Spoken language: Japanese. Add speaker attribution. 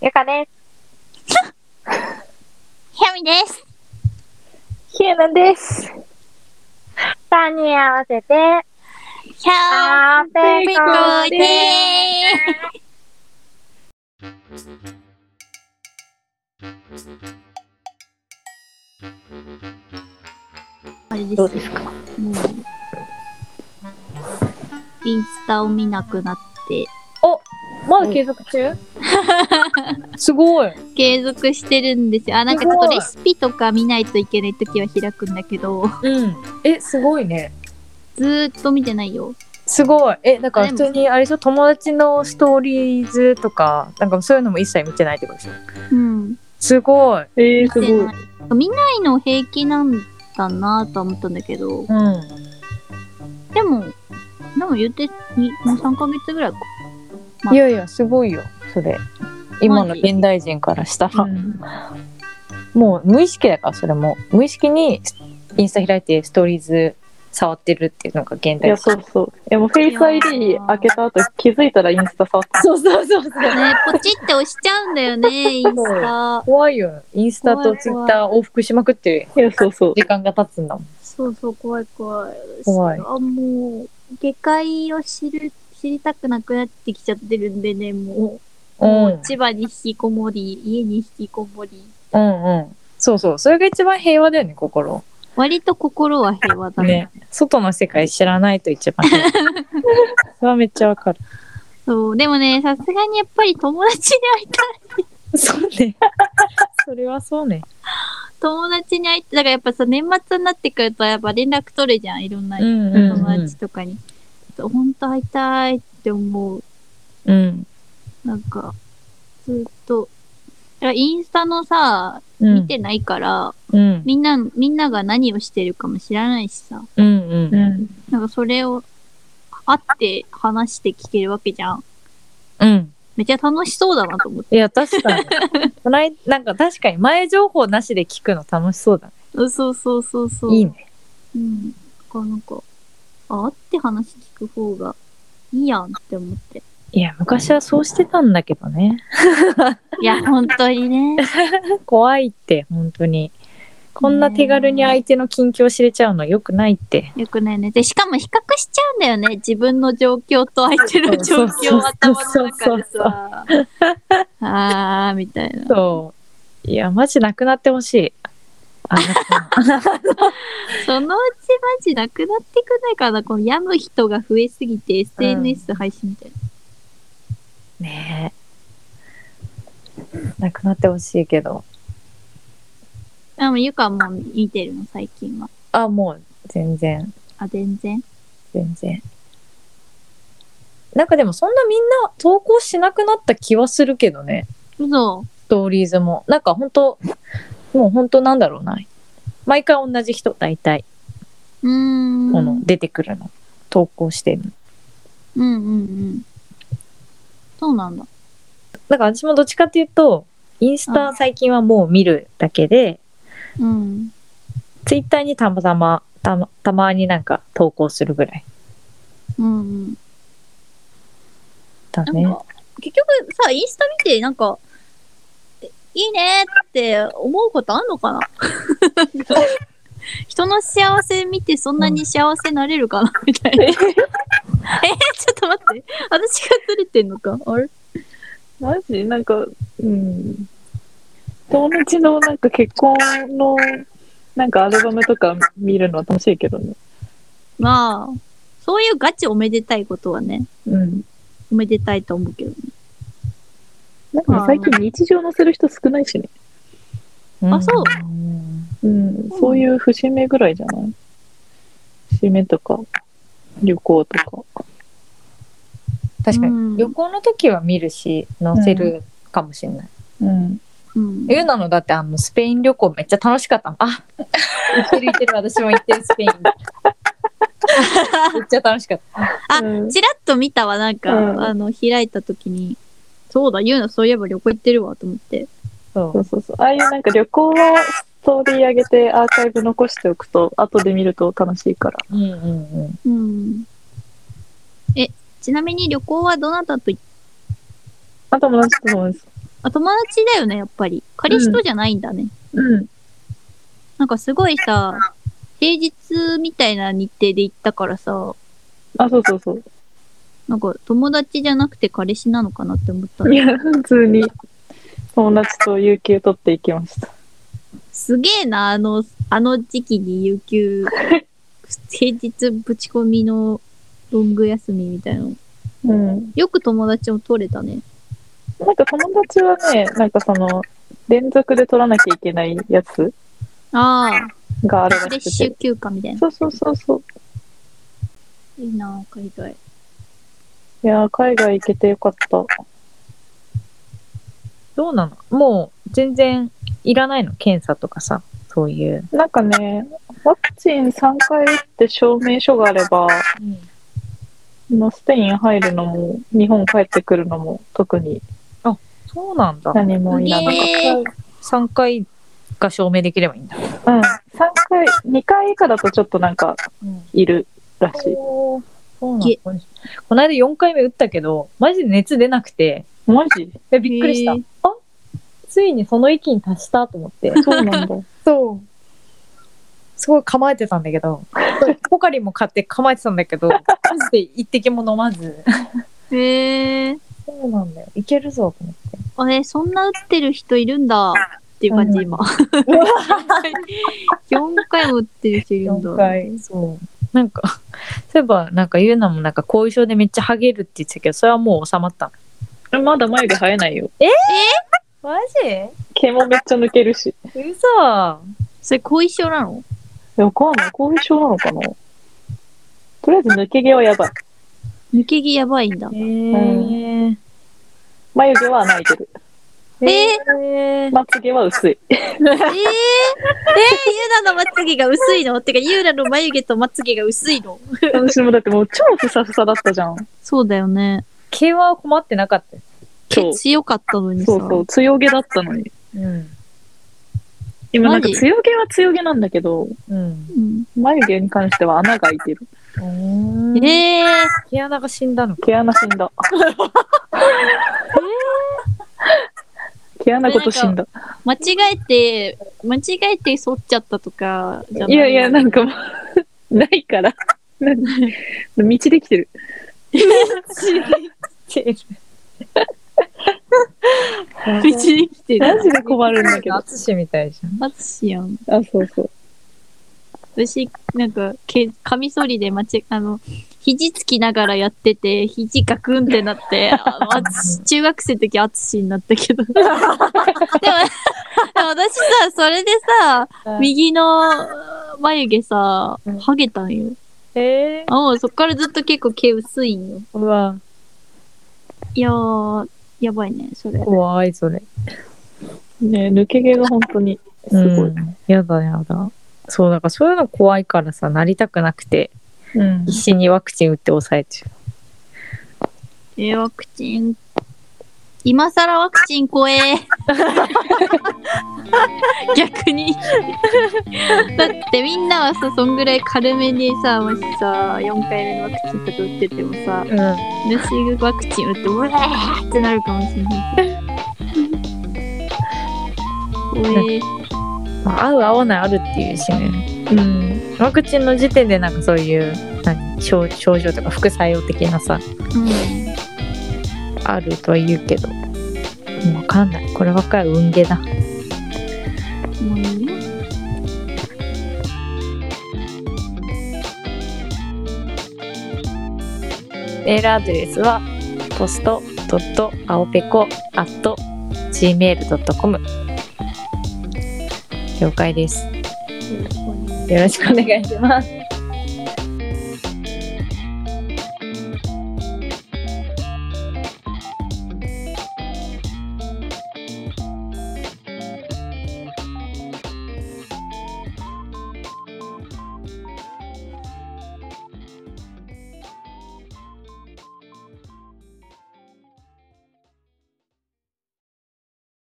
Speaker 1: ゆかで
Speaker 2: ひやみです。
Speaker 1: す。ひゅーのです。3人合わせて、
Speaker 2: ひゃ
Speaker 1: あー
Speaker 2: ー
Speaker 1: ぺ
Speaker 2: ぺ
Speaker 1: こ
Speaker 2: こ
Speaker 1: で。
Speaker 2: でーあれです
Speaker 1: どうですか
Speaker 2: もう、インスタを見なくなって、
Speaker 1: まだ継続中、すごい。
Speaker 2: 継続してるんですよ。あ、なんかちょっとレシピとか見ないといけないときは開くんだけど、
Speaker 1: うん。え、すごいね。
Speaker 2: ずーっと見てないよ。
Speaker 1: すごい。え、だから
Speaker 2: あ
Speaker 1: 普
Speaker 2: でも
Speaker 1: 通に、あれでしょ、友達のストーリーズとか、なんかそういうのも一切見てないってことでしょ。
Speaker 2: うん。
Speaker 1: すごい。え
Speaker 2: 見てない。見ないの平気なんだなぁとは思ったんだけど、
Speaker 1: うん。
Speaker 2: でも、でも言って、にもう3ヶ月ぐらいか。
Speaker 1: いやいや、すごいよ、それ。今の現代人からしたら。もう無意識だからそれも無意識にインスタ開いてストーリーズ触ってるっていうのが現
Speaker 3: い
Speaker 1: 代
Speaker 3: や、そうそう。え、もうフェイス ID 開けた後気づいたらインスタ触ってた。
Speaker 1: そうそうそうそう
Speaker 2: ね、ポチって押しちゃうんだよ ね、インスタ。
Speaker 1: 怖いよインスタ
Speaker 2: 怖
Speaker 1: と
Speaker 2: い怖い
Speaker 1: ツイッター往復しまくって
Speaker 3: いや、そうそう。
Speaker 1: 時間が経つんだもん
Speaker 2: そうそう、怖い怖い。
Speaker 1: 怖い
Speaker 2: あ、もう、下界を知る、知りたくなくなってきちゃってるんでね、もう。もう千葉に引きこもり、家に引きこもり。
Speaker 1: うんうんそうそうそれが一番平和だよね心
Speaker 2: 割と心は平和だね。
Speaker 1: ね外の世界知らないと一番 平和それはめっちゃわかる
Speaker 2: そう、でもね、さすがにやっぱり友達に 会いたい。
Speaker 1: そうねそれはそうね
Speaker 2: 友達に会いたい。だからやっぱさ、年末になってくると、やっぱ連絡取るじゃん、いろんな
Speaker 1: うんう
Speaker 2: 友
Speaker 1: ん
Speaker 2: 達とかに。ほんと会いたいって思う。
Speaker 1: うん
Speaker 2: なんか、ずっと。だからインスタのさ、
Speaker 1: うん
Speaker 2: 見てないから、
Speaker 1: うん
Speaker 2: みんな、みんなが何をしてるかも知らないしさ。
Speaker 1: うんうん
Speaker 3: ん。
Speaker 2: なんかそれを、会って話して聞けるわけじゃん。
Speaker 1: うん
Speaker 2: めっちゃ楽しそうだなと思って。
Speaker 1: いや確 かにこないなんか確かに前情報なしで聞くの楽しそうだね
Speaker 2: うんそうそうそうそう。
Speaker 1: いいね
Speaker 2: うん。だからなんか、あ会って話聞く方がいいやんって思って。
Speaker 1: いや昔はそうしてたんだけどね
Speaker 2: いや、本当にね。
Speaker 1: 怖いって本当にこんな手軽に相手の近況知れちゃうのよくないって
Speaker 2: よくないね。で、しかも比較しちゃうんだよね。自分の状況と相手の状況を頭の中でさ。あー、みたいな。
Speaker 1: そういやマジなくなってほしいあな
Speaker 2: そのうちマジなくなってくないかなこの病む人が増えすぎて SNS 配信みたいな。
Speaker 1: たねえなくなってほしいけど
Speaker 2: あ、もうゆかも見てるの最近は。
Speaker 1: あもう全然
Speaker 2: あ、全然。
Speaker 1: 全然なんかでもそんなみんな投稿しなくなった気はするけどね
Speaker 2: 嘘。
Speaker 1: ストーリーズもなんか本当もう本当なんだろうな毎回同じ人大体
Speaker 2: うーん。
Speaker 1: こ
Speaker 2: う
Speaker 1: の
Speaker 2: ん
Speaker 1: 出てくるの投稿してるの
Speaker 2: うんうん。そうなんだ。
Speaker 1: なんか私もどっちかっていうと、インス
Speaker 2: う
Speaker 1: タ
Speaker 2: ん
Speaker 1: 最近はもう見るだけで、
Speaker 2: うん。
Speaker 1: ツイッターにたまたま、たま、たまになんか投稿するぐらい
Speaker 2: うんうん。
Speaker 1: だ
Speaker 2: なん
Speaker 1: ね。
Speaker 2: か、結局さ、インスタ見て、なんか、えいいねって思うことあんのかな 人の幸せ見てそんなに幸せなれるかな みたいな。え、ちょっと待って。私がずれてんのかあれ
Speaker 3: マジなんか、うん。友達のなんか結婚のなんかアルバムとか見るのは楽しいけどね。
Speaker 2: まあ、そういうガチおめでたいことはね、
Speaker 3: うん。
Speaker 2: おめでたいと思うけどね。
Speaker 3: なんかね最近日常載せる人少ないしね。
Speaker 1: ん
Speaker 2: あそう
Speaker 3: うん。そういう節目ぐらいじゃない節目とか、旅行とか。
Speaker 1: 確か
Speaker 2: うん
Speaker 1: に。旅行の時は見るし、載せるかもしれない。
Speaker 3: うん。
Speaker 2: うん。
Speaker 1: ゆうなのだってあの、スペイン旅行めっちゃ楽しかったの。あ、行ってる行ってる、私も行ってるスペイ ン。めっちゃ楽しかった。
Speaker 2: あ
Speaker 3: うん
Speaker 2: ちらっと見たわ、なんか、
Speaker 3: うん
Speaker 2: あの、開いた時に、そうだ、ゆうな、そういえば旅行行ってるわ、と思って。
Speaker 1: そ。
Speaker 3: そううそうそう。ああいうなんか旅行はストーリー上げてアーカイブ残しておくと、後で見ると楽しいから。
Speaker 1: うんうんうん。
Speaker 2: うん。え、ちなみに旅行はどなたと行っ
Speaker 3: あ、友達と友達。
Speaker 2: あ友達だよね、やっぱり。彼人じゃないんだね。
Speaker 3: うん。
Speaker 2: なんかすごいさ、平日みたいな日程で行ったからさ、
Speaker 3: あ、そうそうそう。
Speaker 2: なんか友達じゃなくて彼氏なのかなって思ったの
Speaker 3: いや、普通に友達と有給取っていきました。
Speaker 2: すげえな、あの、あの時期に有給、平日ぶち込みのロング休みみたいなの。
Speaker 3: うん。
Speaker 2: よく友達も取れたね。
Speaker 3: なんか友達はね、なんかその、連続で取らなきゃいけないやつ
Speaker 2: あ
Speaker 3: があ
Speaker 2: あ、
Speaker 3: る
Speaker 2: フレ
Speaker 3: ら
Speaker 2: ッ
Speaker 3: し
Speaker 2: シ
Speaker 3: く
Speaker 2: ュ休暇みたい
Speaker 3: て。
Speaker 2: な。
Speaker 3: そうそうそうそう。
Speaker 2: いいな、海外。
Speaker 3: いやー、海外行けてよかった。
Speaker 1: どうなのもう全然いらないの検査とかさ、そういう。
Speaker 3: なんかね、ワクチン3回打って証明書があれば、のスペイン入るのも、日本帰ってくるのも、特に
Speaker 1: そうなんだ。
Speaker 3: 何もいらなかっ
Speaker 2: すげー
Speaker 1: 3回が証明できればいいんだ。
Speaker 3: た。うん。3回、2回以下だとちょっとなんか、いるらしい。
Speaker 1: おーそうなん
Speaker 2: げ
Speaker 1: だこの間4回目打ったけど、マジで熱出なくて、
Speaker 3: マジ
Speaker 1: でびっくりした
Speaker 2: へー。
Speaker 1: あついにその域に達したと思って。
Speaker 3: そうなんだ。
Speaker 1: そう。すごい構えてたんだけど、ポカリも買って構えてたんだけ ど、マジで一滴も飲まず。
Speaker 2: へえ。
Speaker 1: そうなんだよ。いけるぞと思って。
Speaker 2: あれ、そんな打ってる人いるんだっていう感じ、
Speaker 1: うん
Speaker 2: 今。4回も打ってる人いるんだ。
Speaker 1: 4回。そう。なんか、 そういえば、なんか、ゆうなもなんか、後遺症でめっちゃハゲるって言ってたけど、それはもう収まったの。
Speaker 3: まだ眉毛生えないよ。
Speaker 1: マ
Speaker 3: 毛もめっちゃ抜けるし。
Speaker 1: ジ嘘
Speaker 2: それ後遺症なの
Speaker 3: わかんない。後遺症なのかなとりあえず抜け毛はやばい。
Speaker 2: 抜け毛やばいんだ。
Speaker 1: へー。
Speaker 3: 眉毛は泣いてる。
Speaker 1: えー。
Speaker 3: まつ毛は薄い。
Speaker 2: えー、えー、ユーナのまつげが薄いのってか、ユーナの眉毛とまつげが薄いの
Speaker 3: 私もだってもう超ふさふさだったじゃん。
Speaker 2: そうだよね。
Speaker 1: 毛は困ってなかったよ。
Speaker 2: 毛
Speaker 3: そう
Speaker 2: 強かったのにさ。
Speaker 3: そうそう。強毛だったのに。
Speaker 1: うん。
Speaker 3: 今なんか
Speaker 2: マジ
Speaker 3: 強毛は強毛なんだけど、
Speaker 1: うん。
Speaker 2: うん
Speaker 3: 眉毛に関しては穴が開いてる。
Speaker 1: え
Speaker 2: えー、
Speaker 1: 毛穴が死んだのか。
Speaker 3: 毛穴死んだ。毛穴ごと死んだ。
Speaker 2: 間違えて、間違えて剃っちゃったとかじゃない
Speaker 3: いやいや、なんかもうないから。なんか道できてる。
Speaker 2: 道に来て
Speaker 3: マ
Speaker 2: る。
Speaker 3: ジで困るんだけど。
Speaker 1: アツシみたいじゃん。
Speaker 2: マジやん。
Speaker 3: あ、そうそう。
Speaker 2: 私、なんか、けカミソリで間ち、あの、肘つきながらやってて、肘ガクンってな って、あのあつ中学生の時、あつしになったけど。でも、で も私さ、それでさ、右の眉毛さ
Speaker 1: うん、
Speaker 2: ハゲたんよ。
Speaker 1: えー、
Speaker 2: あもうそっからずっと結構毛薄いんよ。
Speaker 1: うわ、
Speaker 2: いやー、やばいね、それ。
Speaker 1: 怖い、それ。
Speaker 3: ね抜け毛が本当にすごい。
Speaker 1: うん。やだやだ。そう、だからそういうの怖いからさ、なりたくなくて、
Speaker 3: うん
Speaker 1: 必死にワクチン打って抑えちゃ
Speaker 2: えー、ワクチン。今更ワクチン怖え。逆に。だってみんなはさ、そんぐらい軽めにさ、もしさ、4回目のワクチンとか打っててもさ、
Speaker 1: う。うん。
Speaker 2: 私がワクチン打って、うわーってなるかもしれない。怖え。
Speaker 1: まあ、合う合わないあるっていうしね。
Speaker 3: うん。
Speaker 1: ワクチンの時点でなんかそういう、何症症状とか副作用的なさ、
Speaker 2: うん。
Speaker 1: あるとは言うけど。わかんない。こればっかりは運ゲーだ。
Speaker 2: もういいよ
Speaker 1: メールアドレスは post.aopeco.gmail.com 了解です。
Speaker 2: よろしくお願いします
Speaker 1: よろしくお願いします。